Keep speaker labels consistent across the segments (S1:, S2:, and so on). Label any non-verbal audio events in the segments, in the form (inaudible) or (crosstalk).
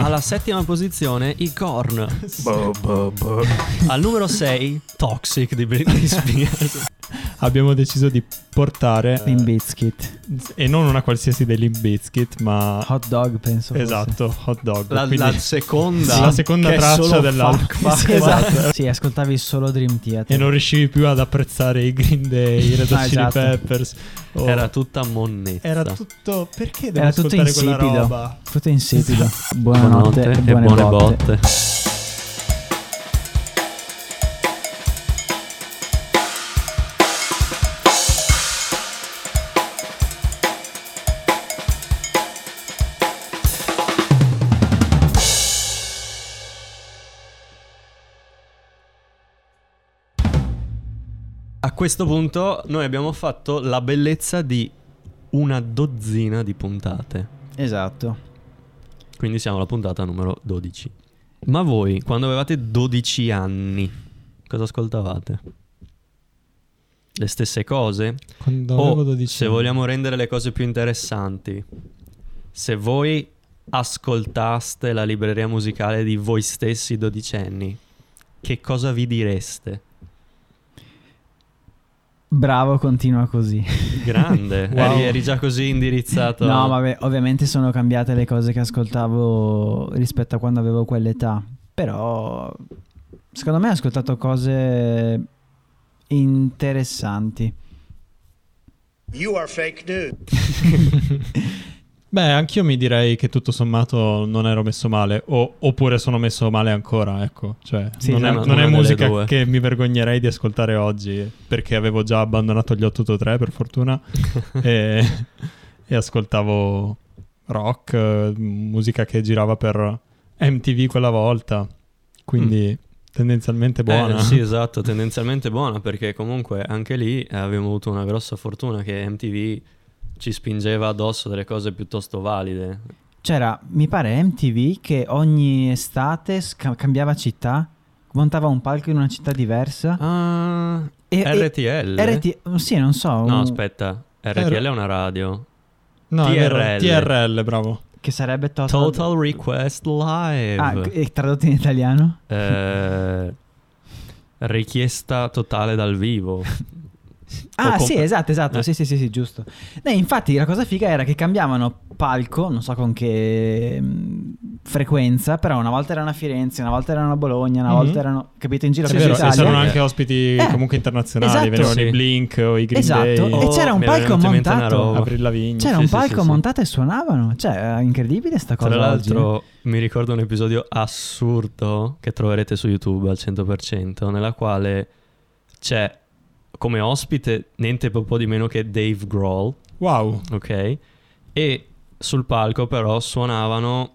S1: alla settima posizione i Korn.
S2: Boh, boh, boh.
S1: Al numero 6 Toxic di
S3: (laughs)
S1: Britney Spears.
S3: Abbiamo deciso di portare
S4: Limp Bizkit.
S3: e non una qualsiasi dei Limp Bizkit, ma
S4: Hot dog, penso. fosse.
S3: esatto, hot dog.
S1: La,
S3: Quindi
S1: la seconda.
S3: la seconda
S1: che è
S3: traccia
S1: solo
S3: dell'album.
S1: fuck, fuck,
S4: Sì,
S1: fuck.
S4: esatto. sì, ascoltavi solo Dream Theater.
S3: E non riuscivi più ad apprezzare i
S1: (laughs)
S3: Green Day, i Red Hot
S4: Ah,
S3: Chili
S4: esatto.
S3: Peppers. o-
S1: Era tutta monnezza.
S3: era tutto... Perché devo
S4: Era tutto
S3: ascoltare quella
S4: insipido.
S3: roba?
S4: Tutto insipido.
S3: Esatto.
S1: Buonanotte
S4: Buonanotte,
S1: e buone, botte. A questo punto noi abbiamo fatto la bellezza di una dozzina di puntate.
S4: Esatto.
S1: Quindi siamo alla puntata numero 12. Ma voi, quando avevate 12 anni, cosa ascoltavate? Le stesse cose?
S3: Quando avevo
S1: O,
S3: 12
S1: Oh, se
S3: anni.
S1: vogliamo rendere le cose più interessanti, se voi ascoltaste la libreria musicale di voi stessi dodicenni, che cosa vi direste?
S4: Bravo, continua così.
S3: Esatto.
S1: Grande,
S3: (laughs) Wow.
S1: eri, eri già così indirizzato.
S4: No, vabbè, ovviamente sono cambiate le cose che ascoltavo rispetto a quando avevo quell'età. Però secondo me ho ascoltato cose interessanti.
S5: You are fake news.
S3: Beh, anch'io mi direi che tutto sommato non ero messo male, o- oppure sono messo male ancora, ecco. Cioè,
S4: Sì,
S3: non, è,
S1: esatto.
S3: non è
S1: Una delle due.
S3: musica che mi vergognerei di ascoltare oggi, perché avevo già abbandonato gli 883 per fortuna e, e ascoltavo rock, eh, musica che girava per MTV quella volta, quindi tendenzialmente buona.
S1: Eh, sì, esatto, tendenzialmente buona perché comunque anche lì eh, abbiamo avuto una grossa fortuna che MTV ci spingeva addosso delle cose piuttosto valide.
S4: C'era, mi pare, MTV che ogni estate sca- cambiava città, montava un palco in una città diversa.
S1: Ah,
S4: e, e-
S1: RTL?
S4: RT mm, sì, non so.
S1: No,
S4: un-
S1: aspetta, RTL è una radio.
S3: No, è vero,
S1: TRL.
S3: TRL, bravo.
S4: Che sarebbe Total.
S1: Total Request Live.
S4: Ah, e tradotto in italiano?
S1: Eh, richiesta totale dal vivo.
S4: Ah,
S1: O
S4: sì,
S1: comp-
S4: esatto, esatto.
S1: Eh.
S4: Sì, sì, sì, sì, giusto. Eh, infatti, la cosa figa era che cambiavano palco, non so con che mh, frequenza, però una volta erano a Firenze, una volta erano a Bologna, una
S3: Mhm.
S4: volta erano, capito, in giro
S3: Sì,
S4: per
S3: è vero, e
S4: l'Italia.
S3: c'erano
S1: Eh.
S3: anche ospiti
S4: Eh,
S3: comunque internazionali,
S4: esatto.
S3: venivano
S1: Sì.
S3: i Blink o i Green
S4: Esatto,
S3: Day,
S4: e
S1: Oh,
S4: c'era un
S1: mi era
S4: palco
S1: venuta in mente una
S4: montato.
S1: roba.
S3: Avril Lavigne.
S4: C'era
S1: Sì,
S4: un
S1: sì,
S4: palco
S1: sì, sì.
S4: montato e suonavano. Cioè, è incredibile sta cosa.
S1: Tra
S4: oggi, eh.
S1: l'altro, mi ricordo un episodio assurdo che troverete su YouTube al 100%, nella quale c'è come ospite niente po' di meno che Dave Grohl,
S3: Wow.
S1: ok? E sul palco però suonavano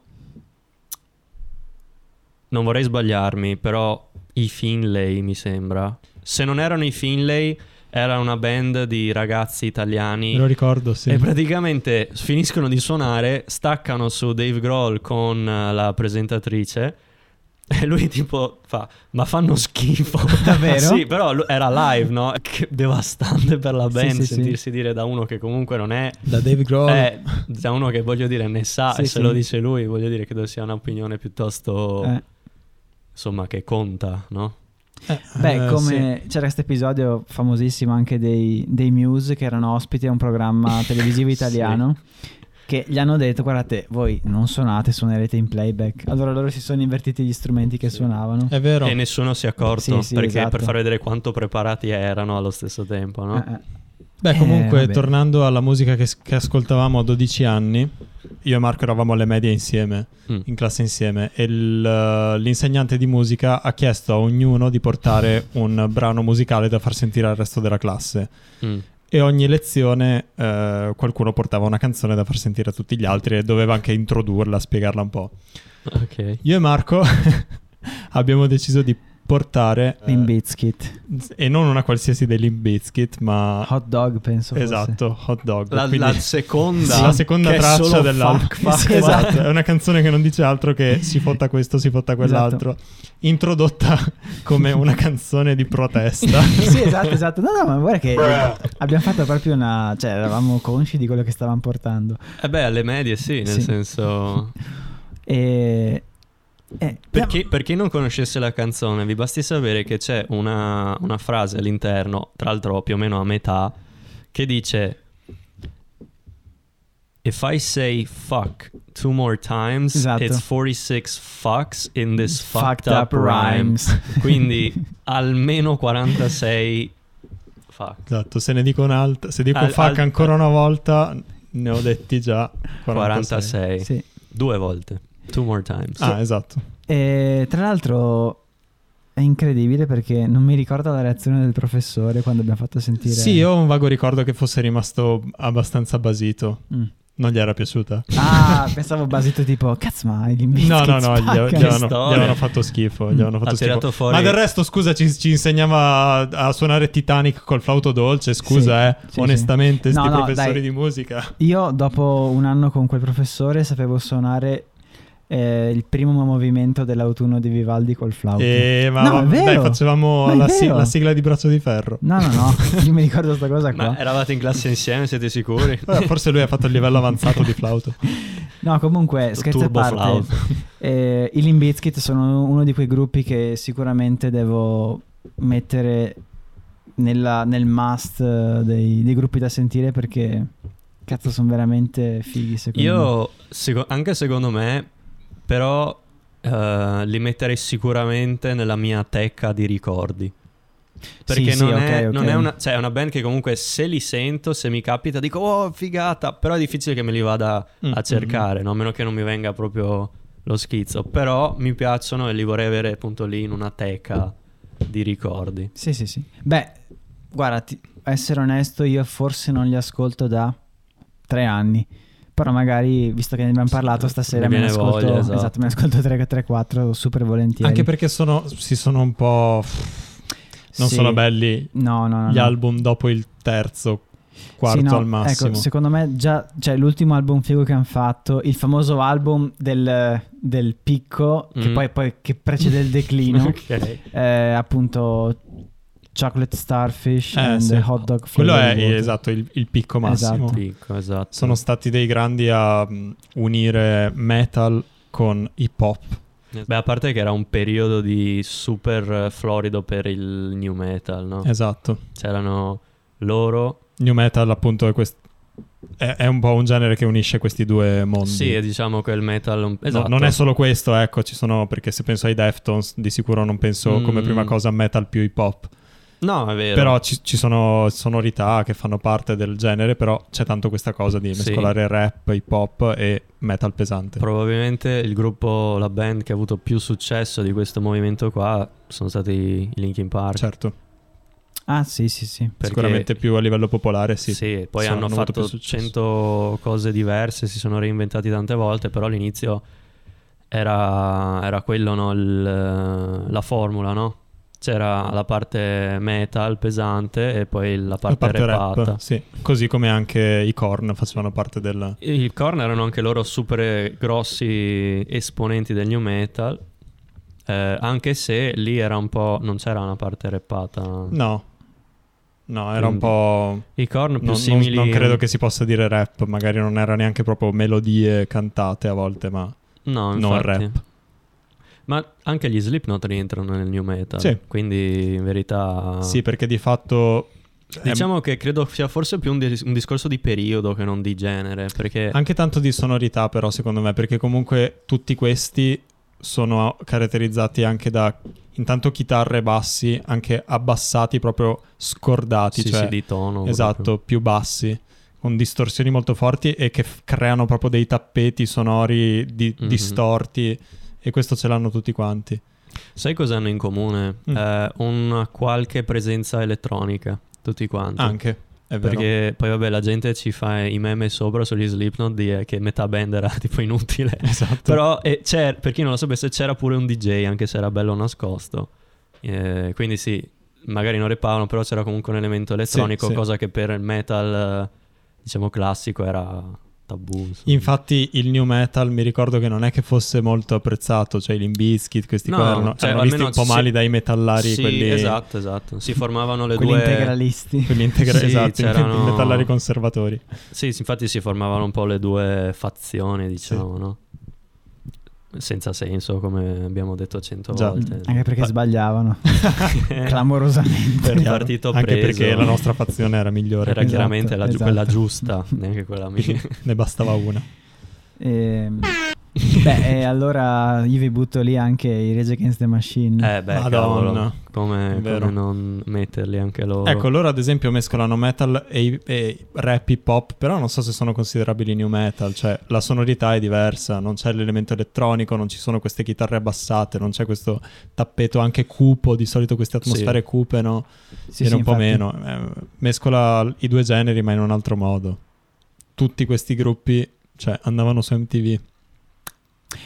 S1: non vorrei sbagliarmi, però i Finlay mi sembra. Se non erano i Finlay, era una band di ragazzi italiani
S3: Me lo ricordo, sì.
S1: e praticamente finiscono di suonare, staccano su Dave Grohl con eh, la presentatrice (laughs) e lui tipo fa "Ma fanno
S4: (laughs)
S1: schifo".
S4: (laughs)
S1: (laughs)
S4: Davvero?
S1: sì, però lu- era live, no? (laughs) Che devastante per la
S4: Sì,
S1: band
S4: sì, sì. Oh.
S1: sentirsi dire da uno che comunque non è
S3: Da Dave Grohl.
S1: eh, da uno che voglio dire ne sa
S4: Sì,
S1: e se
S4: sì.
S1: lo dice lui, voglio dire che sia un'opinione piuttosto
S4: Eh.
S1: insomma che conta, no?
S4: Beh,
S3: Eh,
S4: come c'era questo episodio famosissimo anche dei, dei Muse che erano ospiti a un programma televisivo
S1: Sì.
S4: italiano. Che gli hanno detto, guardate, voi non suonate, suonerete in playback. Allora loro si sono invertiti gli strumenti che suonavano.
S3: È vero.
S1: E nessuno si è accorto
S4: Sì, sì,
S1: perché
S4: esatto.
S1: per far vedere quanto preparati erano allo stesso tempo, no?
S4: Eh, eh.
S3: Beh,
S4: Eh,
S3: comunque,
S4: vabbè.
S3: tornando alla musica che, che ascoltavamo a 12 anni, io e Marco eravamo alle medie insieme,
S4: Eh.
S1: Mm.
S3: in classe insieme, e il, eh, l'insegnante di musica ha chiesto a ognuno di (laughs) portare un brano musicale da far sentire al resto della classe.
S1: Mm.
S3: E ogni lezione eh, qualcuno portava una canzone da far sentire a tutti gli altri e doveva anche introdurla, spiegarla un po'.
S1: Ok.
S3: Io e Marco (laughs) abbiamo deciso di portare... eh,
S4: Limp Bizkit.
S3: e non una qualsiasi dei Limp Bizkit, ma...
S4: Hot dog, penso. fosse.
S3: Esatto, hot dog.
S1: La,
S3: Quindi-
S1: la seconda,
S3: (laughs) la seconda
S1: che è
S3: traccia
S1: solo
S3: della
S1: fuck, (laughs) fuck,
S3: Sì,
S1: fuck.
S3: esatto, è una canzone che non dice altro che si fotta questo, si fotta quell'altro,
S4: Esatto. (laughs)
S3: introdotta come una canzone di protesta.
S4: sì, esatto, esatto. No, no, ma guarda che abbiamo fatto proprio una... Cioè, eravamo consci di quello che stavamo portando.
S1: Eh beh, alle medie sì, nel
S4: Sì.
S1: senso
S4: E Eh,
S1: Per chi, per chi non conoscesse la canzone, vi basti sapere che c'è una, una frase all'interno, tra l'altro più o meno a metà, che dice: If I say fuck two more times,
S4: Esatto.
S1: it's 46 fucks in this
S4: Fucked
S1: fucked, up,
S4: up
S1: rhyme.
S4: rhymes.
S3: (laughs)
S1: Quindi almeno 46 fuck.
S3: Esatto, se ne dico un'altra, se dico
S1: Al-
S3: fuck
S1: al-
S3: ancora una volta, ne ho detti già 46.
S1: 46.
S4: (laughs) Sì.
S1: Due volte. Two more times.
S3: Ah, esatto.
S4: E tra l'altro è incredibile perché non mi ricordo la reazione del professore quando abbiamo fatto sentire...
S3: Sì, io ho un vago ricordo che fosse rimasto abbastanza basito.
S4: Mm.
S3: Non gli era piaciuta?
S4: Ah, pensavo basito tipo, cazzo ma i Limp
S3: No, no,
S4: Bizkit
S3: no, gli, gli
S4: spaccano."
S3: avevano, gli
S1: Storia.
S3: avevano fatto schifo. Gli avevano fatto
S1: Ha tirato
S3: schifo.
S1: fuori-
S3: Ma del resto, scusa, ci, ci insegnava a, a suonare Titanic col flauto dolce. Scusa,
S4: Sì,
S3: eh,
S4: sì,
S3: onestamente,
S4: sì.
S3: sti
S4: No, no,
S3: professori
S4: dai. Ah,
S3: di musica.
S4: Io dopo un anno con quel professore sapevo suonare eh, il primo movimento dell'autunno di Vivaldi col flauto.
S3: E, Eh, ma,
S4: No,
S3: ma-
S4: è vero.
S3: dai, facevamo
S4: Ma è
S3: la, si-
S4: vero.
S3: la sigla di Braccio di Ferro.
S4: No, no, no, io mi ricordo
S3: (laughs)
S4: sta cosa qua.
S1: Ma eravate in classe insieme, siete
S4: (laughs)
S1: sicuri?
S3: Eh, forse lui ha fatto il livello avanzato di flauto.
S4: No, comunque, scherzi a
S1: Turbo
S4: (laughs) parte,
S1: flauto.
S4: eh, i Limp Bizkit sono uno di quei gruppi che sicuramente devo mettere nella- nel must eh, dei, dei gruppi da sentire perché, cazzo, sono veramente fighi secondo me.
S1: Io, seco- anche secondo me, però eh, li metterei sicuramente nella mia teca di ricordi. Perché
S4: sì,
S1: non,
S4: ok,
S1: è,
S4: ok.
S1: non è una, cioè, è una band che comunque se li sento, se mi capita, dico oh figata, però è difficile che me li vada
S3: Mm,
S1: (laughs)
S4: Mm-hmm.
S1: a cercare, no? a meno che non mi venga proprio lo schizzo. Però mi piacciono e li vorrei avere appunto lì in una teca di ricordi.
S4: Sì, sì, sì. Beh, guarda, ti- a essere onesto, io forse non li ascolto da tre anni. Però magari, visto che ne abbiamo parlato stasera,
S1: Mi
S4: me ne
S1: viene
S4: ascolto,
S1: voglia, esatto.
S4: esatto, me ne ascolto 3-4 super volentieri.
S3: mm. Anche perché sono, si sono un po'. Non
S4: Sì.
S3: sono belli
S4: No, no, no.
S3: gli
S4: no.
S3: album dopo il terzo, quarto
S4: Sì, no,
S3: al massimo.
S4: Ecco, secondo me già cioè, l'ultimo album figo che hanno fatto, il famoso album del, del picco, che
S1: Mm.
S4: poi, poi che precede il
S3: (laughs)
S4: declino,
S1: Ok.
S4: eh, appunto Chocolate Starfish
S3: Eh,
S4: and
S3: sì.
S4: Hot Dog
S3: Quello
S4: Flavored
S3: è
S4: Water.
S3: esatto il, il picco massimo.
S4: Esatto.
S1: Picco, esatto.
S3: Sono stati dei grandi a mh, unire metal con hip hop.
S1: Beh, a parte che era un periodo di super eh, florido per il new metal, no?
S3: Esatto.
S1: C'erano loro.
S3: New metal, appunto, è, quest- è- è un po' un genere che unisce questi due mondi.
S1: Sì, è diciamo quel metal. un-
S3: No,
S1: Esatto.
S3: non è solo questo, ecco, ci sono perché se penso ai Deftones, di sicuro non penso come
S1: Mm.
S3: prima cosa a metal più hip hop.
S1: No, è vero.
S3: Però ci, ci sono sonorità che fanno parte del genere, però c'è tanto questa cosa di
S1: Sì.
S3: mescolare rap, hip hop e metal pesante.
S1: Probabilmente il gruppo, la band che ha avuto più successo di questo movimento qua sono stati i Linkin Park.
S3: certo,
S4: Ah, sì, sì, sì.
S1: perché-
S3: sicuramente più a livello popolare, sì.
S1: Sì, poi
S3: sono-
S1: hanno
S3: hanno avuto più
S1: fatto
S3: successo.
S1: 100 cose diverse, si sono reinventati tante volte, però all'inizio era, era quello no, il- la formula, no? C'era la parte metal pesante e poi la
S3: La
S1: parte,
S3: parte rap,
S1: repata.
S3: sì. Così come anche i Korn facevano parte del...
S1: I Korn erano anche loro super grossi esponenti del new metal, eh, anche se lì era un po'... non c'era una parte rappata.
S3: No. No, era
S1: Quindi,
S3: un po'...
S1: I Korn più
S3: non- Non,
S1: Mm. simili...
S3: non credo che si possa dire rap, magari non era neanche proprio melodie cantate a volte, ma...
S1: No,
S3: non
S1: infatti.
S3: rap.
S1: Ma anche gli Slipknot rientrano nel new metal.
S3: Sì.
S1: Quindi in verità...
S3: Sì, ehm, perché di fatto...
S1: Ah. Diciamo che credo sia forse più un, dis- un discorso di periodo che non di genere, perché...
S3: Anche tanto di sonorità, però, secondo me, perché comunque tutti questi sono caratterizzati anche da intanto chitarre e bassi, anche abbassati, proprio scordati,
S1: sì,
S3: cioè
S1: sì, di tono.
S3: esatto,
S1: proprio.
S3: più bassi, con distorsioni molto forti e che f- creano proprio dei tappeti sonori di-
S1: Mhm.
S3: distorti. E questo ce l'hanno tutti quanti.
S1: Sai cosa hanno in comune?
S3: Mm.
S1: Eh, una qualche presenza elettronica, tutti quanti.
S3: Anche, è vero.
S1: Perché poi vabbè la gente ci fa i meme sopra sugli Slipknot di eh, che metà band era (laughs) tipo inutile.
S3: (laughs) Esatto.
S1: Però eh, c'è- per chi non lo sapesse c'era pure un DJ anche se era bello nascosto. Eh, quindi sì, magari non repavano, però c'era comunque un elemento elettronico,
S3: sì.
S1: cosa che per il metal eh, diciamo classico era tabù. insomma.
S3: Infatti il new metal mi ricordo che non è che fosse molto apprezzato, cioè i Limp Bizkit, questi
S1: No,
S3: qua erano,
S1: cioè,
S3: erano visti
S1: almeno
S3: un po'
S1: si-
S3: mali dai metallari,
S1: sì,
S3: quelli,
S1: esatto, esatto.
S3: (laughs)
S1: Si formavano le
S4: Quelli
S1: due
S4: integralisti.
S3: quelli integra-
S1: Sì,
S3: esatto, i
S1: c'erano-
S3: metallari
S1: (laughs)
S3: conservatori.
S1: Sì, sì, infatti si formavano un po' le due fazioni, diciamo, no? senza senso, come abbiamo detto cento
S3: Già. (laughs)
S1: volte.
S4: Mm, Anche perché
S3: Pa-
S4: sbagliavano
S3: Eh.
S4: clamorosamente.
S1: per
S3: Chiaro.
S1: partito
S3: Anche
S1: preso.
S3: perché la nostra fazione era migliore,
S1: Era
S4: Esatto,
S1: chiaramente la, giu-
S4: esatto.
S1: quella giusta, neanche quella mia.
S3: (laughs) ne bastava una.
S4: Ehm, beh, e allora io vi butto lì anche i Rage Against the Machine.
S1: Eh beh,
S3: Madonna.
S1: cavolo, come,
S3: Vero.
S1: come non metterli anche loro?
S3: Ecco, loro ad esempio mescolano metal e, e rap hip hop, però non so se sono considerabili new metal, cioè la sonorità è diversa, non c'è l'elemento elettronico, non ci sono queste chitarre abbassate, non c'è questo tappeto anche cupo, di solito queste atmosfere cupe, no?
S4: Sì,
S3: Viene
S4: sì,
S3: un po'
S4: infatti.
S3: meno. Eh, mescola i due generi ma in un altro modo. Tutti questi gruppi, cioè, andavano su MTV.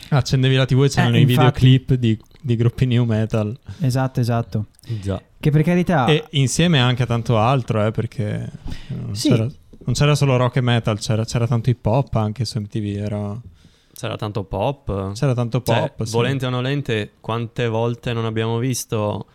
S3: Accendevi la TV e c'erano
S4: Eh,
S3: i
S4: infatti.
S3: videoclip di, di gruppi new metal.
S4: Esatto, esatto.
S1: Già.
S4: Che per carità...
S3: E insieme anche a tanto altro, eh, perché non,
S4: Sì.
S3: c'era, non c'era solo rock e metal, c'era, c'era tanto hip hop anche su MTV, era-
S1: C'era tanto pop.
S3: c'era tanto
S1: Cioè,
S3: pop. sì.
S1: volente o nolente, quante volte non abbiamo visto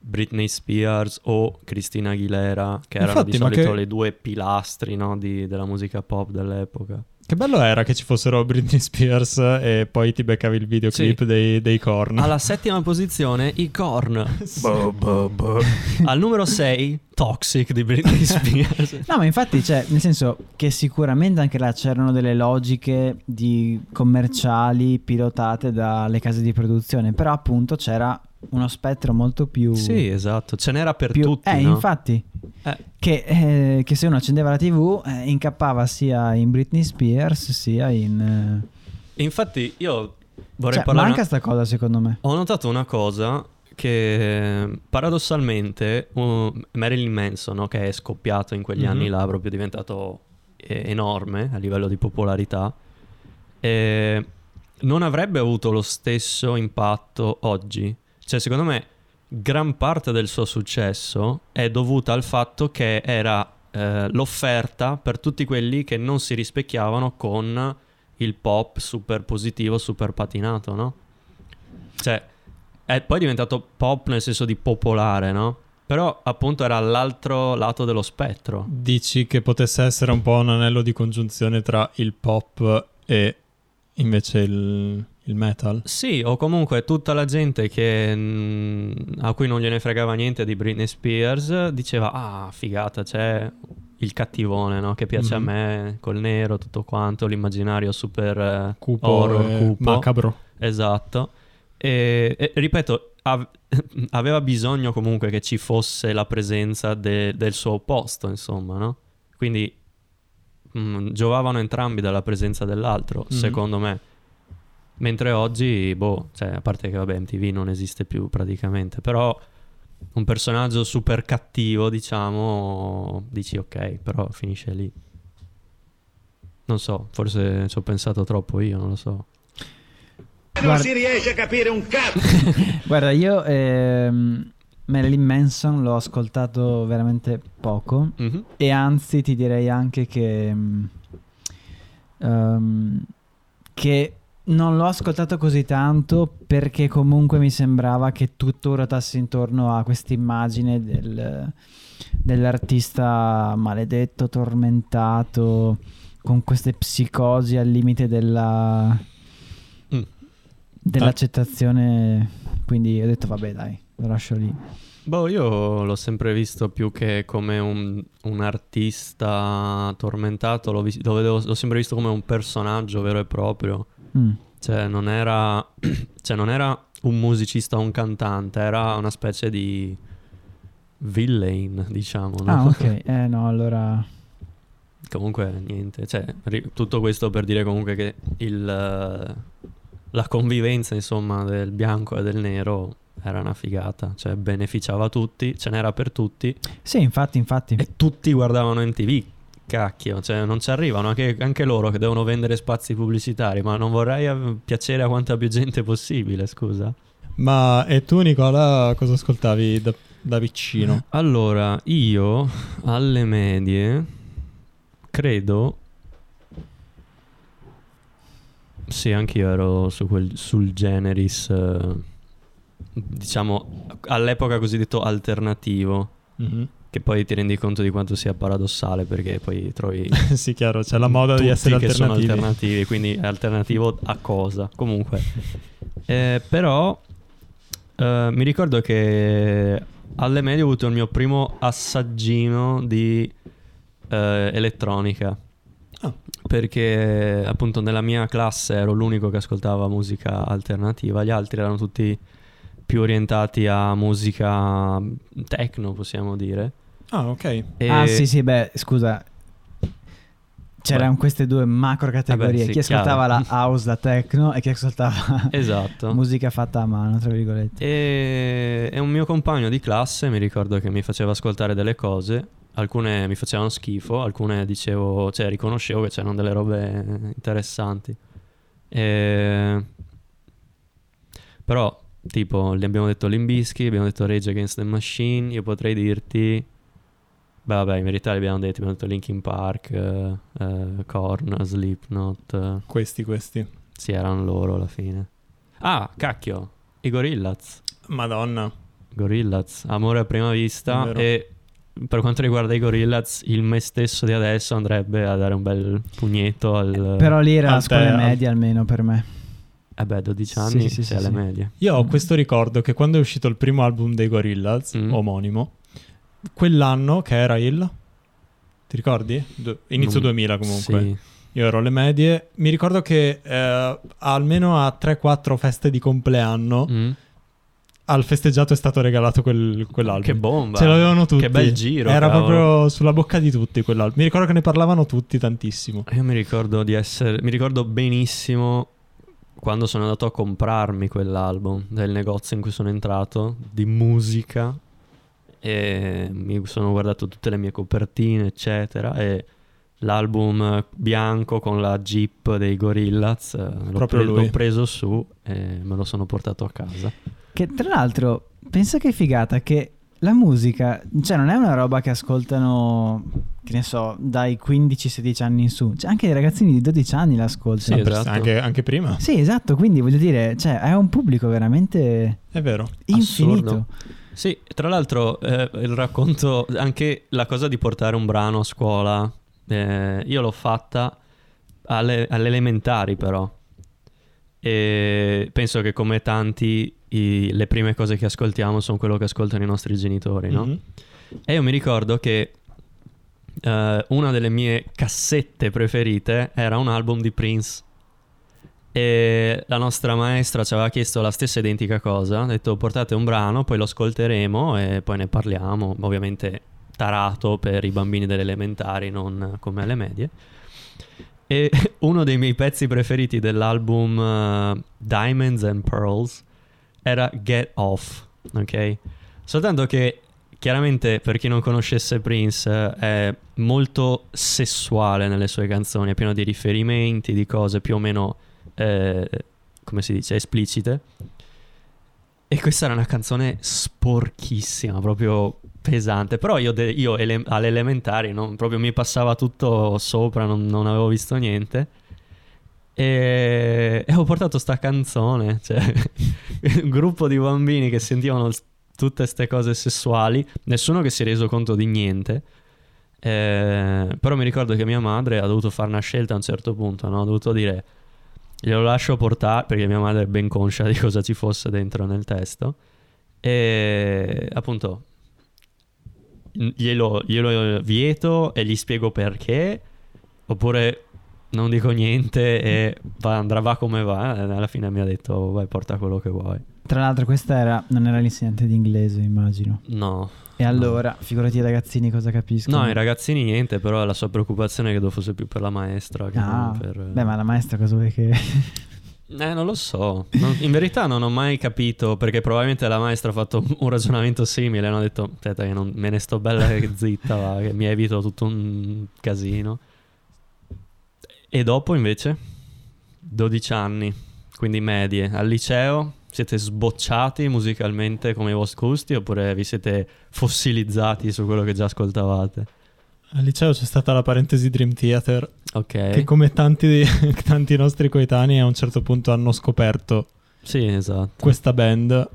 S1: Britney Spears o Christina Aguilera, che erano
S3: Infatti,
S1: di
S3: ma
S1: solito
S3: che-
S1: le due pilastri no, di- della musica pop dell'epoca.
S3: Che bello era che ci fossero Britney Spears e poi ti beccavi il videoclip
S1: Sì.
S3: dei, dei Korn.
S1: Alla settima posizione, i
S3: (laughs)
S1: Korn. Boh, boh, boh. Al numero 6, Toxic di
S3: (laughs)
S1: Britney Spears.
S4: No, ma infatti, cioè, nel senso che sicuramente anche là c'erano delle logiche di commerciali pilotate dalle case di produzione, però appunto c'era uno spettro molto più...
S1: sì, esatto, ce n'era per
S4: più-
S1: tutti.
S4: Eh,
S1: no?
S4: infatti.
S1: Eh.
S4: Che, eh, che se uno accendeva la tv eh, incappava sia in Britney Spears sia in... eh,
S1: Infatti, io vorrei
S4: cioè,
S1: parlare.
S4: manca sta cosa secondo me.
S1: Ho notato una cosa che eh, paradossalmente uh, Marilyn Manson, no, che è scoppiato in quegli
S3: Mhm.
S1: anni là, proprio diventato eh, enorme a livello di popolarità, eh, non avrebbe avuto lo stesso impatto oggi. Cioè, secondo me, gran parte del suo successo è dovuta al fatto che era eh, l'offerta per tutti quelli che non si rispecchiavano con il pop super positivo, super patinato, no? Cioè, è poi diventato pop nel senso di popolare, no? Però appunto era all'altro lato dello spettro.
S3: Dici che potesse essere un po' un anello di congiunzione tra il pop e invece il, il metal?
S1: Sì, o comunque tutta la gente che, mm, a cui non gliene fregava niente di Britney Spears diceva, ah, figata, c'è il cattivone, no? Che piace
S3: Mhm.
S1: a me, col nero, tutto quanto, l'immaginario super eh,
S3: Cupo,
S1: horror,
S3: e
S1: cupo.
S3: macabro.
S1: Esatto. E, e, ripeto, av- (laughs) aveva bisogno comunque che ci fosse la presenza de- del suo opposto, insomma, no? Quindi mm, giovavano entrambi dalla presenza dell'altro,
S3: Mhm.
S1: secondo me. Mentre oggi, boh, cioè, a parte che vabbè, MTV non esiste più praticamente, però un personaggio super cattivo, diciamo, dici ok, però finisce lì. Non so, forse ci ho pensato troppo io, non lo so.
S5: Non
S4: Guarda-
S5: si riesce a capire un cazzo.
S4: Guarda, io ehm, Marilyn Manson l'ho ascoltato veramente poco
S1: Mhm.
S4: e anzi ti direi anche che, mm, ehm, che non l'ho ascoltato così tanto perché comunque mi sembrava che tutto rotasse intorno a quest'immagine del- dell'artista maledetto, tormentato, con queste psicosi al limite della...
S1: Mm.
S4: dell'accettazione. Quindi ho detto vabbè dai, lo lascio lì.
S1: Boh, io l'ho sempre visto più che come un, un artista tormentato, l'ho, vis- lo vedevo- l'ho sempre visto come un personaggio vero e proprio.
S4: Mm.
S1: Cioè non, era, (clears throat) cioè, non era un musicista o un cantante, era una specie di villain, diciamo. no? (laughs)
S4: Ah ok, eh no allora...
S1: Comunque, niente. Cioè, ri- tutto questo per dire comunque che il, eh, la convivenza, insomma, del bianco e del nero era una figata. Cioè, beneficiava tutti, ce n'era per tutti.
S4: Sì, infatti, infatti.
S1: E tutti guardavano MTV. Cacchio, cioè, non ci arrivano. Anche, anche loro che devono vendere spazi pubblicitari. Ma non vorrei av- piacere a quanta più gente possibile, scusa.
S3: Ma e tu Nicola cosa ascoltavi da, da vicino?
S1: Allora, io alle medie credo. Sì, anch'io ero su quel- sul generis, eh,
S3: Mhm.
S1: diciamo all'epoca cosiddetto alternativo. Che poi ti rendi conto di quanto sia paradossale perché poi trovi
S3: (laughs) sì, chiaro, c'è la moda
S1: tutti
S3: di essere
S1: che sono
S3: alternativi.
S1: alternativi, quindi è alternativo a cosa?
S3: (laughs)
S1: Comunque, Eh, però eh, mi ricordo che alle medie ho avuto il mio primo assaggino di eh, elettronica.
S3: Ah.
S1: Perché appunto nella mia classe ero l'unico che ascoltava musica alternativa, gli altri erano tutti più orientati a musica mm, techno, possiamo dire.
S3: ah, ok.
S1: E-
S4: Ah, sì, sì, beh, scusa. C'erano
S1: Beh.
S4: queste due macro categorie,
S1: Vabbè, sì,
S4: chi ascoltava
S1: (laughs) chiaro.
S4: la house, la techno e chi ascoltava
S1: Esatto.
S4: musica fatta a mano, tra virgolette.
S1: E, e un mio compagno di classe mi ricordo che mi faceva ascoltare delle cose. Alcune mi facevano schifo, alcune dicevo, cioè riconoscevo che c'erano delle robe interessanti. E- Però, tipo, gli abbiamo detto Limbisky, abbiamo detto Rage Against the Machine. Io potrei dirti. Beh, vabbè, in verità li abbiamo detti, abbiamo detto Linkin Park, eh, eh, Korn, Slipknot. eh,
S3: Questi, questi.
S1: sì, erano loro alla fine. Ah, cacchio, i Gorillaz.
S3: Madonna.
S1: Gorillaz, amore a prima vista
S3: Vero.
S1: e per quanto riguarda i Gorillaz, il me stesso di adesso andrebbe a dare un bel pugnetto Eh, al...
S4: Eh, Però lì era
S3: Ah,
S4: la
S3: te-
S4: scuola media almeno per me.
S1: Eh beh, 12
S4: Sì,
S1: anni,
S4: sì, sì,
S1: sei alle
S4: sì.
S1: medie.
S3: Io ho questo ricordo che quando è uscito il primo album dei Gorillaz,
S1: Mm.
S3: omonimo, quell'anno che era il... Ti ricordi? Du- Inizio
S1: Non-
S3: 2000 comunque.
S1: Sì.
S3: Io ero alle medie. Mi ricordo che eh, almeno a 3-4 feste di compleanno
S1: Mm.
S3: al festeggiato è stato regalato quel- quell'album.
S1: Che bomba.
S3: Ce l'avevano tutti.
S1: Che bel giro.
S3: Era
S1: cavolo.
S3: proprio sulla bocca di tutti quell'album. Mi ricordo che ne parlavano tutti tantissimo.
S1: Io mi ricordo di essere... Mi ricordo benissimo quando sono andato a comprarmi quell'album del negozio in cui sono entrato, di musica. E mi sono guardato tutte le mie copertine, eccetera. E l'album bianco con la Jeep dei Gorillaz eh, l'ho,
S3: Proprio lui.
S1: l'ho preso su e me lo sono portato a casa.
S4: Che tra l'altro, pensa che figata che la musica, cioè non è una roba che ascoltano, che ne so, dai 15-16 anni in su, cioè anche i ragazzini di 12 anni
S1: Sì,
S4: l'ascoltano.
S3: Ma per-
S1: esatto.
S3: anche, anche prima.
S4: Sì, esatto, quindi voglio dire, cioè è un pubblico veramente
S3: È vero.
S1: Assurdo.
S4: infinito.
S1: Sì, tra l'altro eh, il racconto, anche la cosa di portare un brano a scuola, eh, io l'ho fatta alle, alle elementari però. E penso che come tanti i- le prime cose che ascoltiamo sono quello che ascoltano i nostri genitori, no?
S3: Mhm.
S1: E io mi ricordo che eh, una delle mie cassette preferite era un album di Prince. E la nostra maestra ci aveva chiesto la stessa identica cosa. Ha detto: Portate un brano, poi lo ascolteremo e poi ne parliamo. Ovviamente tarato per i bambini delle elementari, non come alle medie. E (laughs) uno dei miei pezzi preferiti dell'album eh, Diamonds and Pearls era Get Off, ok? Soltanto che chiaramente per chi non conoscesse Prince eh, è molto sessuale nelle sue canzoni, è pieno di riferimenti, di cose più o meno, eh, come si dice, esplicite. E questa era una canzone sporchissima, proprio pesante. Però io, de- io ele- alle elementari non- proprio mi passava tutto sopra, non, non avevo visto niente. E, e ho portato sta canzone, cioè (laughs) un gruppo di bambini che sentivano s- tutte queste cose sessuali, nessuno che si è reso conto di niente. Eh, però mi ricordo che mia madre ha dovuto fare una scelta a un certo punto, no? ha dovuto dire glielo lascio portare perché mia madre è ben conscia di cosa ci fosse dentro nel testo e appunto glielo, glielo vieto e gli spiego perché oppure non dico niente e va- andrà va come va e alla fine mi ha detto vai porta quello che vuoi
S4: Tra l'altro questa era, non era l'insegnante di inglese, immagino.
S1: no
S4: E allora, figurati i ragazzini cosa capiscono.
S1: No, i ragazzini niente, però la sua preoccupazione è che fosse più per la maestra che
S4: Ah,
S1: non per...
S4: Beh, ma la maestra cosa
S3: (laughs)
S4: vuoi che...
S1: Eh, non lo so. Non- in verità non ho mai capito, perché probabilmente la maestra ha fatto un ragionamento simile, hanno detto, aspetta che non- me ne sto bella che zitta, va, che mi evito tutto un casino. E dopo invece, 12 anni, quindi medie, al liceo, siete sbocciati musicalmente come i vostri gusti oppure vi siete fossilizzati su quello che già ascoltavate?
S3: Al liceo c'è stata la parentesi Dream Theater,
S1: Ok.
S3: che come tanti, (laughs) tanti nostri coetanei a un certo punto hanno scoperto
S1: Sì, esatto.
S3: questa band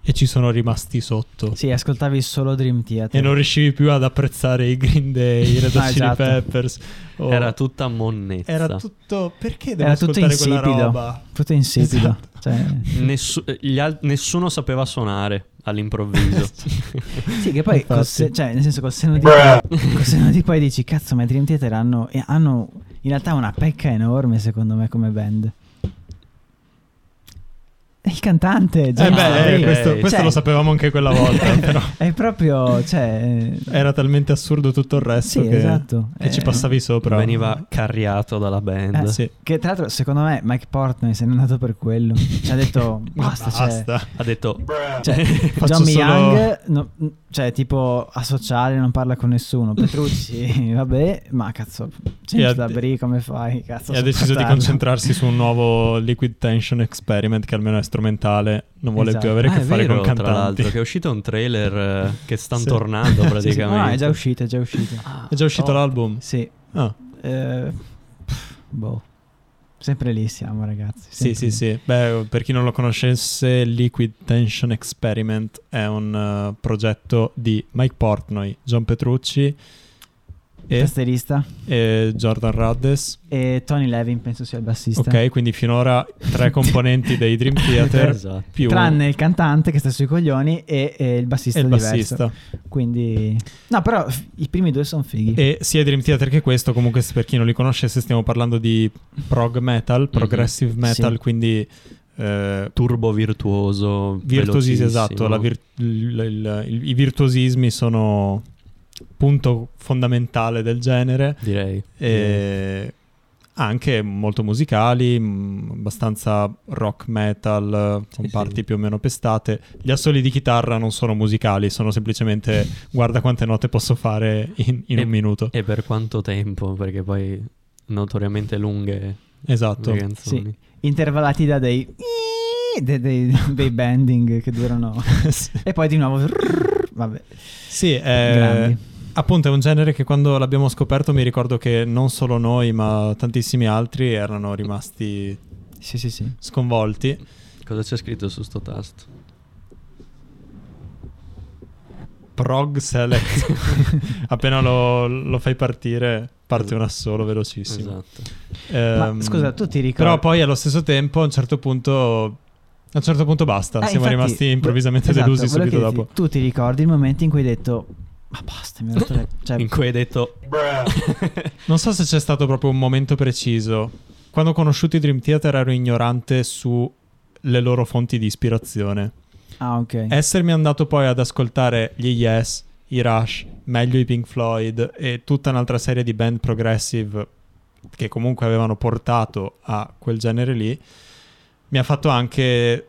S3: e ci sono rimasti sotto.
S4: Sì, ascoltavi solo Dream Theater.
S3: E non riuscivi più ad apprezzare i Green Day, i Red Hot
S4: Ah,
S3: Chili
S4: esatto.
S3: Peppers. o-
S1: Era tutta monnezza.
S3: era tutto... Perché devo
S4: Era tutto
S3: ascoltare quella roba?
S4: insipido. Tutto insipido.
S3: Esatto.
S4: Cioè,
S1: Nessu- eh, gli al- nessuno sapeva suonare
S3: (laughs)
S1: all'improvviso.
S4: Sì, che poi,
S3: Infatti.
S4: col se- cioè, nel senso, col seno di, col seno di poi dici, cazzo, ma i Dream Theater hanno, e hanno in realtà una pecca enorme, secondo me, come band. E Il cantante,
S3: Eh
S4: James
S3: beh, eh,
S1: ok.
S4: Taylor,
S3: questo, questo
S4: Cioè-
S3: lo sapevamo anche
S4: (laughs)
S3: quella volta, però
S4: è proprio, cioè...
S3: era talmente assurdo tutto il resto
S4: Sì,
S3: che,
S4: esatto.
S3: che ci
S4: Eh,
S3: passavi sopra.
S1: Veniva carriato dalla band.
S4: Eh,
S3: Sì.
S4: Che tra l'altro, secondo me, Mike Portnoy se n'è andato per quello. Ci ha detto,
S3: (laughs) Ma
S4: basta, cioè,
S3: basta.
S1: Ha detto
S4: Cioè,
S3: (laughs) Faccio
S4: Johnny
S3: solo-
S4: Young, no, cioè, tipo asociale, non parla con nessuno. Petrucci, (laughs) vabbè, ma cazzo,
S3: E
S4: James
S3: ha-
S4: Labrie, come fai? Cazzo,
S3: E ha deciso di
S4: sopportarlo?
S3: concentrarsi su un nuovo Liquid Tension Experiment che almeno è strumentale, non vuole
S4: Esatto.
S3: più avere a
S1: Ah,
S3: che
S1: è
S3: fare
S1: vero,
S3: con
S1: tra l'altro,
S3: cantanti.
S1: che è uscito un trailer eh, che stanno
S3: (laughs) Sì. Ah,
S1: tornando
S4: Sì, sì,
S1: praticamente.
S4: no, è già uscito, è già uscito.
S3: È già
S4: Oh,
S3: uscito l'album?
S4: Sì,
S3: Ah,
S4: eh, pff, boh. Sempre lì siamo, ragazzi.
S3: sì,
S4: sempre
S3: sì,
S4: lì.
S3: sì. Beh, per chi non lo conoscesse, Liquid Tension Experiment è un eh, progetto di Mike Portnoy, John Petrucci e,
S4: Tastierista
S3: e Jordan Rudess.
S4: e Tony Levin, penso sia il bassista.
S3: Ok, quindi finora tre componenti dei
S4: (laughs)
S3: Dream Theater
S1: Esatto.
S3: più
S4: Tranne il cantante che sta sui coglioni e, e il bassista
S3: e il
S4: diverso.
S3: bassista.
S4: Quindi, no, però f- i primi due sono fighi.
S3: E sia Dream Theater che questo, comunque s- per chi non li conoscesse stiamo parlando di prog
S1: Mhm.
S3: metal, progressive metal,
S4: Sì.
S3: quindi eh,
S1: Turbo virtuoso.
S3: virtuosi,
S1: velocissimo.
S3: esatto, la vir- il- il- il- i virtuosismi sono punto fondamentale del genere,
S1: direi.
S3: Eh,
S1: Mm.
S3: e anche molto musicali, mh, abbastanza rock metal, con
S1: sì.
S3: parti più o meno pestate. Gli assoli di chitarra non sono musicali, sono semplicemente
S1: (laughs)
S3: guarda quante note posso fare in, in
S1: E-
S3: un minuto.
S1: E per quanto tempo? Perché poi notoriamente lunghe
S3: Esatto.
S1: le canzoni.
S4: intervallati da dei,
S3: (laughs)
S4: de- dei, dei bending che durano
S3: Sì. Eh,
S4: e poi di nuovo (laughs) vabbè
S3: Sì, è-
S4: Grandi.
S3: appunto è un genere che quando l'abbiamo scoperto mi ricordo che non solo noi ma tantissimi altri erano rimasti
S4: sì sì sì
S3: sconvolti.
S1: Cosa c'è scritto su sto tasto?
S3: Prog Select, appena lo, lo fai partire parte un assolo velocissimo.
S1: Esatto.
S3: Ehm,
S4: ma scusa tu ti ricordi
S3: Però poi allo stesso tempo a un certo punto... A un certo punto basta,
S4: Ah,
S3: siamo
S4: infatti,
S3: rimasti improvvisamente
S4: esatto,
S3: delusi
S4: volevo
S3: subito
S4: chiederti,
S3: dopo.
S4: tu ti ricordi il momento in cui hai detto ma basta mi ho
S3: (laughs)
S4: rotto le-" cioè,
S1: In cui hai detto
S3: Non so se c'è stato proprio un momento preciso. Quando ho conosciuto i Dream Theater ero ignorante sulle loro fonti di ispirazione.
S4: ah ok
S3: Essermi andato poi ad ascoltare gli Yes, i Rush, meglio i Pink Floyd e tutta un'altra serie di band progressive che comunque avevano portato a quel genere lì, mi ha fatto anche...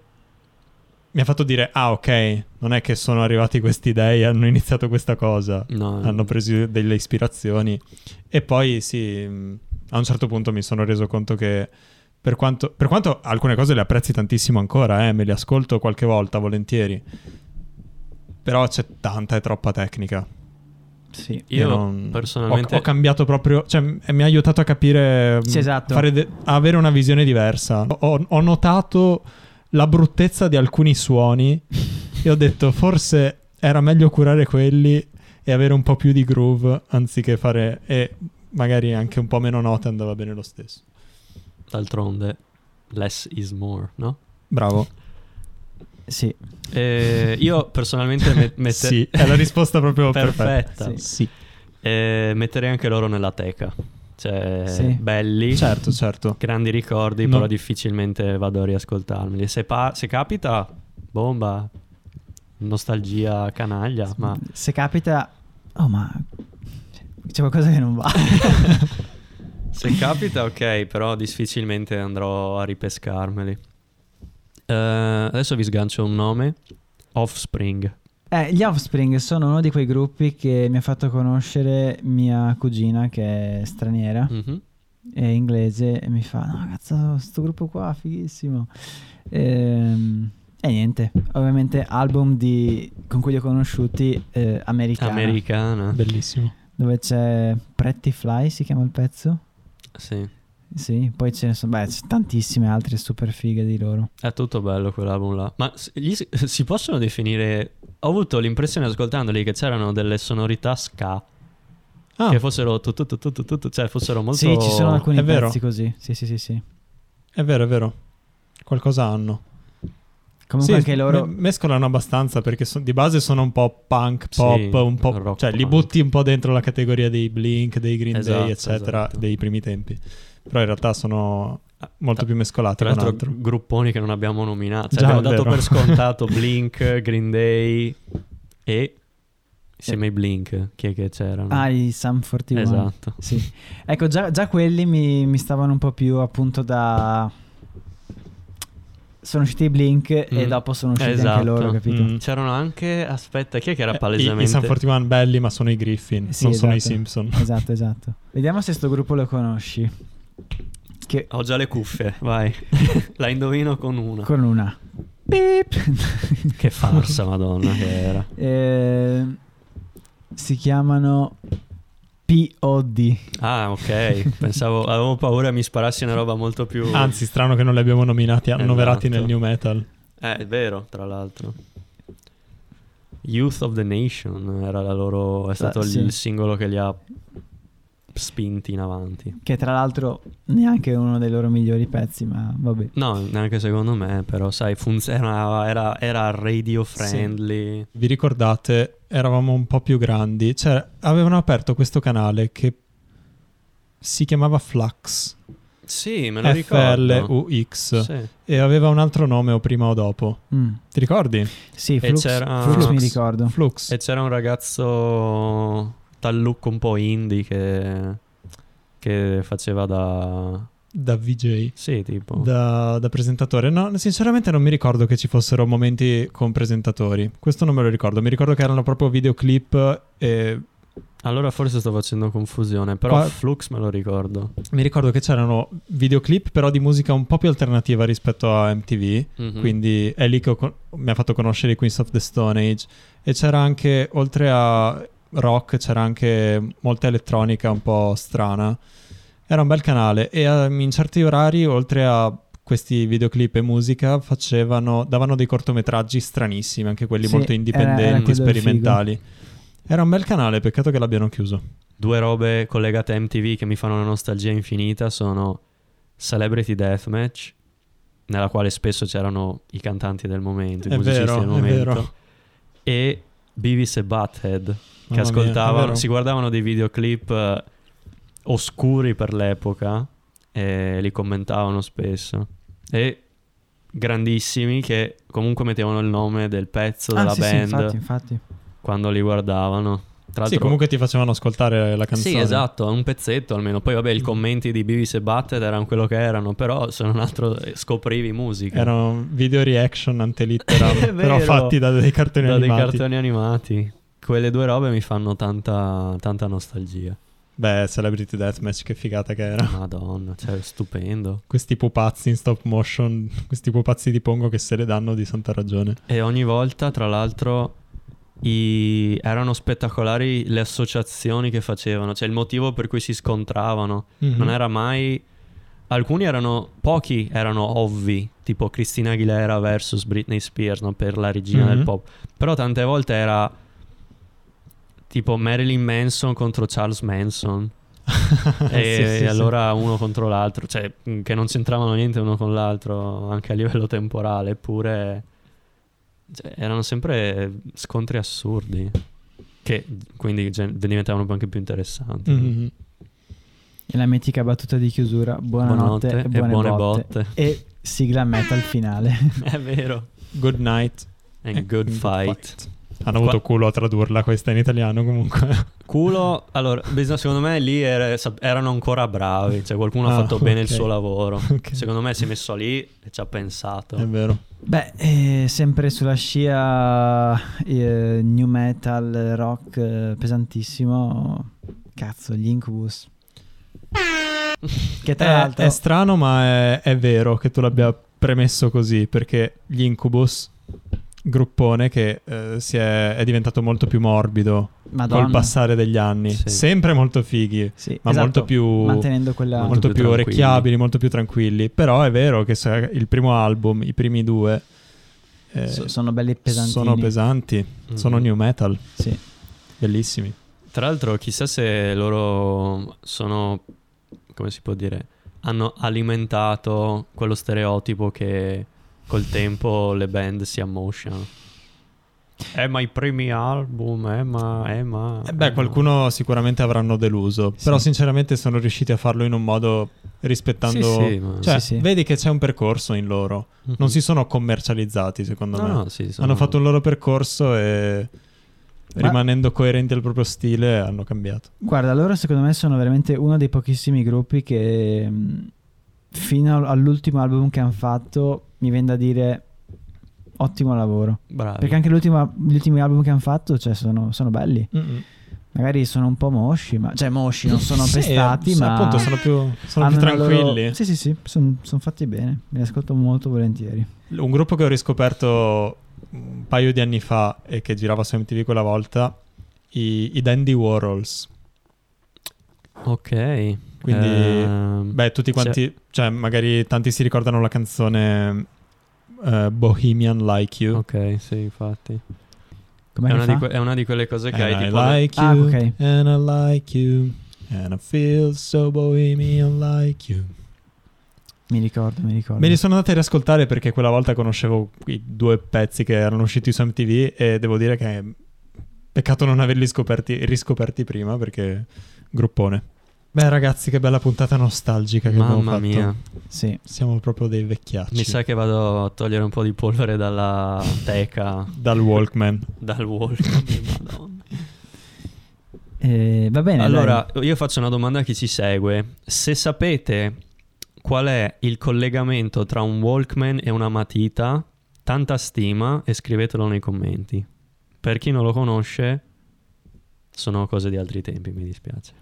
S3: Mi ha fatto dire, ah ok, non è che sono arrivati questi dei e hanno iniziato questa cosa
S1: no,
S3: hanno preso delle ispirazioni e poi sì, mh, a un certo punto mi sono reso conto che per quanto, per quanto alcune cose le apprezzi tantissimo ancora, eh, me le ascolto qualche volta volentieri, però c'è tanta e troppa tecnica.
S4: sì
S3: e
S1: Io
S3: Eh, non-
S1: personalmente
S3: ho, ho cambiato proprio, cioè m- mi ha aiutato a capire, mh,
S4: Sì, esatto.
S3: a fare de- a avere una visione diversa. Ho- ho notato la bruttezza di alcuni suoni e ho detto forse era meglio curare quelli e avere un po' più di groove anziché fare e magari anche un po' meno note andava bene lo stesso.
S1: d'altronde less is more, no?
S3: Bravo.
S4: sì
S1: (laughs) Eh, io personalmente me- mette-
S3: Sì, è la risposta proprio perfetta.
S1: (laughs) perfetta.
S4: Sì.
S1: Eh, metterei anche loro nella teca. Cioè,
S4: Sì.
S1: belli,
S3: Certo, certo.
S1: grandi ricordi,
S3: No.
S1: però difficilmente vado a riascoltarmeli. Se, pa- se capita, bomba, nostalgia canaglia, ma
S4: se capita oh ma c'è qualcosa che non va
S3: (laughs)
S4: (laughs)
S1: se capita ok, però difficilmente andrò a ripescarmeli. Eh, adesso vi sgancio un nome, Offspring.
S4: Eh, gli Offspring sono uno di quei gruppi che mi ha fatto conoscere mia cugina che è straniera,
S3: Ah,
S1: Mhm.
S3: Mm.
S4: è inglese e mi fa no cazzo sto gruppo qua fighissimo. Ehm, e niente, ovviamente album di, con cui li ho conosciuti eh, americano,
S1: Americana.
S3: Bellissimo.
S4: dove c'è Pretty Fly si chiama il pezzo
S1: Sì.
S4: Sì, poi ce ne sono, beh, c'è tantissime altre super fighe di loro.
S1: È tutto bello quell'album là. Ma s- (laughs) gli si, si possono definire... Ho avuto l'impressione ascoltandoli che c'erano delle sonorità ska.
S3: Ah,
S1: Che fossero tutto, tutto, tutto, tutto, cioè fossero molto...
S4: Sì, ci sono alcuni
S3: è vero.
S4: pezzi così. Sì, sì, sì, sì.
S3: è vero, è vero. Qualcosa hanno.
S4: Comunque
S3: Sì,
S4: anche loro
S3: me- mescolano abbastanza perché son- di base sono un po' punk pop,
S1: Sì,
S3: un po',
S1: rock
S3: cioè li
S1: punk.
S3: butti un po' dentro la categoria dei Blink, dei Green
S1: Esatto,
S3: Day, eccetera,
S1: esatto.
S3: dei primi tempi. Però in realtà sono molto
S1: Tra-
S3: più mescolati
S1: Tra
S3: con
S1: l'altro
S3: altro.
S1: grupponi che non abbiamo nominato. Cioè,
S3: Già,
S1: abbiamo
S3: è
S1: dato
S3: vero.
S1: per
S3: (laughs)
S1: scontato Blink, Green Day e... Insieme ai Blink, chi è che c'erano?
S4: Ah, i Sam 41.
S1: esatto.
S4: Sì. Ecco, già, già quelli mi, mi stavano un po' più appunto da... Sono usciti i Blink e
S1: Mm.
S4: dopo sono usciti anche
S1: Esatto.
S4: loro, capito?
S3: Mm.
S1: C'erano anche... Aspetta, chi è che era
S3: Eh, I,
S1: palesemente...
S3: i San 41 belli, ma sono i Griffin,
S4: Sì,
S3: non sono i
S4: esatto.
S3: Simpson.
S4: Esatto, esatto. Vediamo se sto gruppo lo conosci. Che
S1: Ho già le (laughs) cuffie, vai. La indovino con una.
S4: con una. Beep.
S1: Che farsa, madonna, che era.
S4: Eh, si chiamano POD.
S1: Ah, ok. Pensavo, avevo paura mi sparassi una roba molto più...
S3: Anzi, strano che non li abbiamo nominati, annoverati
S1: Uh. Esatto.
S3: nel new metal.
S1: Eh, è vero, tra l'altro. Youth of the Nation era la loro... È stato
S4: sì.
S1: il singolo che li ha spinti in avanti.
S4: Che tra l'altro neanche uno dei loro migliori pezzi, ma vabbè.
S1: No, neanche secondo me, però, sai, funzionava, era, era radio friendly.
S3: Vi ricordate, eravamo un po' più grandi, cioè avevano aperto questo canale che si chiamava Flux,
S1: Sì, me lo ricordo.
S3: F-L-U-X,
S1: Sì.
S3: e aveva un altro nome o prima o dopo.
S4: Mm.
S3: Ti ricordi?
S4: Sì, Flux,
S1: c'era-
S4: Flux mi
S3: Flux.
S4: ricordo.
S3: Flux.
S1: E c'era un ragazzo dal look un po' indie che, che faceva da...
S3: Da VJ.
S1: Sì, tipo...
S3: Da, da presentatore. No, sinceramente non mi ricordo che ci fossero momenti con presentatori. Questo non me lo ricordo. Mi ricordo che erano proprio videoclip e
S1: Allora forse sto facendo confusione, però
S3: Qua-
S1: Flux me lo ricordo.
S3: mi ricordo che c'erano videoclip però di musica un po' più alternativa rispetto a MTV.
S1: Mhm.
S3: Quindi è lì che ho con- mi ha fatto conoscere i Queens of the Stone Age. E c'era anche, oltre a rock, c'era anche molta elettronica un po' strana. Era un bel canale e ehm, in certi orari, oltre a questi videoclip e musica, facevano, davano dei cortometraggi stranissimi, anche quelli
S4: Sì,
S3: molto
S4: era-
S3: indipendenti,
S4: era quello
S3: sperimentali. Era un bel canale, peccato che l'abbiano chiuso.
S1: Due robe collegate a MTV che mi fanno una nostalgia infinita sono Celebrity Deathmatch, nella quale spesso c'erano i cantanti del momento, i
S3: È
S1: musicisti
S3: vero,
S1: del
S3: è
S1: momento,
S3: vero.
S1: e Beavis e Butthead, che
S3: Mamma mia, è
S1: ascoltavano,
S3: vero.
S1: si guardavano dei videoclip eh, oscuri per l'epoca e li commentavano spesso. E grandissimi che comunque mettevano il nome del pezzo,
S4: Ah,
S1: della
S4: sì, sì,
S1: band,
S4: infatti, infatti.
S1: quando li guardavano. Tra
S3: Sì,
S1: l'altro-
S3: comunque ti facevano ascoltare la canzone.
S1: Sì, esatto, un pezzetto almeno. Poi vabbè, i commenti di Beavis e Butthead erano quello che erano, però se non altro eh, scoprivi musica.
S3: Erano video
S1: (laughs)
S3: reaction
S1: È
S3: antelitteram, però
S1: vero.
S3: fatti da dei cartoni
S1: da dei
S3: animati.
S1: cartoni animati. Quelle due robe mi fanno tanta, tanta nostalgia.
S3: Beh, Celebrity Deathmatch, che figata che era.
S1: Madonna, cioè, stupendo.
S3: Questi pupazzi in stop motion, questi pupazzi di Pongo che se le danno di santa ragione.
S1: E ogni volta, tra l'altro, i- erano spettacolari le associazioni che facevano, cioè il motivo per cui si scontravano.
S3: Mhm.
S1: Non era mai. Alcuni erano. Pochi erano ovvi, tipo Christina Aguilera versus Britney Spears no? per la regina
S3: Mhm.
S1: del pop. Però tante volte era. Tipo Marilyn Manson contro Charles
S3: (laughs)
S1: Manson. e
S3: Sì, sì, sì.
S1: allora uno contro l'altro, cioè mh, che non c'entravano niente uno con l'altro anche a livello temporale, eppure cioè, erano sempre scontri assurdi. Che quindi gen- diventavano anche più interessanti.
S3: Mhm.
S4: E la mitica battuta di chiusura, buonanotte,
S1: Buonanotte
S4: e buone, botte.
S1: botte.
S4: E sigla metal finale. (laughs)
S1: È vero.
S3: Good night.
S1: And good fight.
S3: Hanno avuto
S1: Qua-
S3: culo a tradurla questa in italiano comunque. (laughs)
S1: Culo, allora, bisogna- secondo me lì era- sap- erano ancora bravi, cioè qualcuno ha
S3: Ah,
S1: fatto bene il
S3: ok.
S1: suo lavoro.
S3: Ok.
S1: Secondo me si è messo lì e ci ha pensato.
S3: È vero.
S4: Beh, eh, sempre sulla scia eh, new metal, rock eh, pesantissimo. Cazzo, gli Incubus. Che
S3: È,
S4: tra
S3: Eh,
S4: l'altro...
S3: è strano, ma è, è vero che tu l'abbia premesso così, perché gli Incubus, gruppone che eh, si è, è diventato molto più morbido
S4: Madonna.
S3: col passare degli anni.
S1: Sì.
S3: Sempre molto fighi,
S4: Sì,
S3: ma
S4: esatto.
S3: molto più...
S4: Mantenendo quella...
S1: Molto
S3: molto
S1: più
S3: più
S1: tranquilli.
S3: orecchiabili, molto più tranquilli. Però è vero che se il primo album, i primi due, eh,
S4: so- sono belli pesantini.
S3: sono pesanti,
S1: Mhm.
S3: sono new metal,
S4: Sì.
S3: bellissimi.
S1: Tra l'altro, chissà se loro sono. come si può dire? Hanno alimentato quello stereotipo che col tempo le band si ammotion. Eh, ma i primi album, eh, ma. Eh, ma
S3: Eh beh, qualcuno sicuramente avranno deluso,
S1: Sì.
S3: però sinceramente sono riusciti a farlo in un modo rispettando...
S1: Sì, sì, ma-
S3: Cioè,
S4: Sì, sì.
S3: vedi che c'è un percorso in loro,
S1: Mhm.
S3: non si sono commercializzati secondo
S1: No,
S3: me.
S1: no, sì, sono-
S3: Hanno fatto un loro percorso e
S4: Ma-
S3: rimanendo coerenti al proprio stile hanno cambiato.
S4: Guarda, loro secondo me sono veramente uno dei pochissimi gruppi che mh, fino al- all'ultimo album che hanno fatto mi viene da dire ottimo lavoro.
S1: Bravi.
S4: Perché anche l'ultimo- gli ultimi album che hanno fatto cioè, sono, sono belli.
S3: Mm-mm.
S4: Magari sono un po' mosci, ma... cioè mosci, non
S3: (laughs)
S4: sono
S3: Sì,
S4: pestati,
S3: eh,
S4: ma...
S3: Appunto, sono più, sono più
S4: hanno la loro-
S3: tranquilli.
S4: Sì, sì, sì, sono fatti bene. Mi ascolto molto volentieri.
S3: Un gruppo che ho riscoperto un paio di anni fa e che girava su MTV quella volta, i, i Dandy Warhols.
S1: Ok.
S3: Quindi,
S4: Eh,
S1: Ehm,
S3: Beh, tutti quanti, cioè magari tanti si ricordano la canzone eh, Bohemian Like You.
S1: Ok, sì, infatti.
S4: Come
S1: È una,
S4: fa?
S1: di que- è una di quelle cose che
S3: And
S1: hai
S3: I
S1: tipo.
S3: like
S4: Ah,
S3: you,
S4: ok.
S3: and I like you, and I feel so bohemian like you.
S4: Mi ricordo, mi ricordo.
S3: Me li sono andati a riascoltare perché quella volta conoscevo i due pezzi che erano usciti su MTV e devo dire che peccato non averli scoperti, riscoperti prima perché gruppone. Beh ragazzi che bella puntata nostalgica che abbiamo
S1: Mamma
S3: fatto.
S1: mia,
S4: Sì.
S3: Siamo proprio dei vecchiacci.
S1: mi sa che vado a togliere un po' di polvere dalla teca,
S3: Dal Walkman.
S1: dal walk. Madonna.
S4: Eh, va bene.
S1: Allora,
S4: dai.
S1: io faccio una domanda a chi ci segue. Se sapete qual è il collegamento tra un Walkman e una matita, tanta stima e scrivetelo nei commenti. Per chi non lo conosce, sono cose di altri tempi, mi dispiace.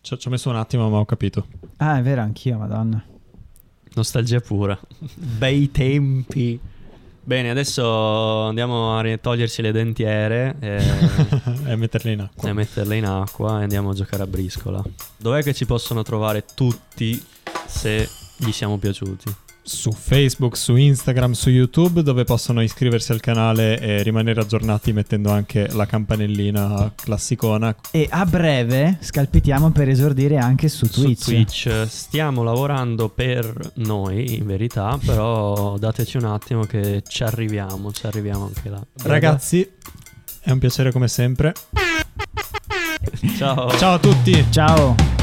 S3: Ci ho- ci ho messo un attimo ma ho capito.
S4: Ah, è vero, anch'io, madonna.
S1: Nostalgia pura. Bei tempi. Bene, adesso andiamo a ri- togliersi le dentiere eh, e,
S3: Eh, e metterli in acqua.
S1: e metterle in acqua e andiamo a giocare a briscola. Dov'è che ci possono trovare tutti se gli siamo piaciuti?
S3: su Facebook, su Instagram, su YouTube, dove possono iscriversi al canale e rimanere aggiornati mettendo anche la campanellina classicona.
S4: E a breve scalpitiamo per esordire anche su Twitch.
S1: Su Twitch stiamo lavorando per noi, in verità, però dateci un attimo che ci arriviamo, ci arriviamo anche là.
S3: Ragazzi, è un piacere come sempre.
S1: ciao.
S3: Ciao a tutti!
S4: Ciao.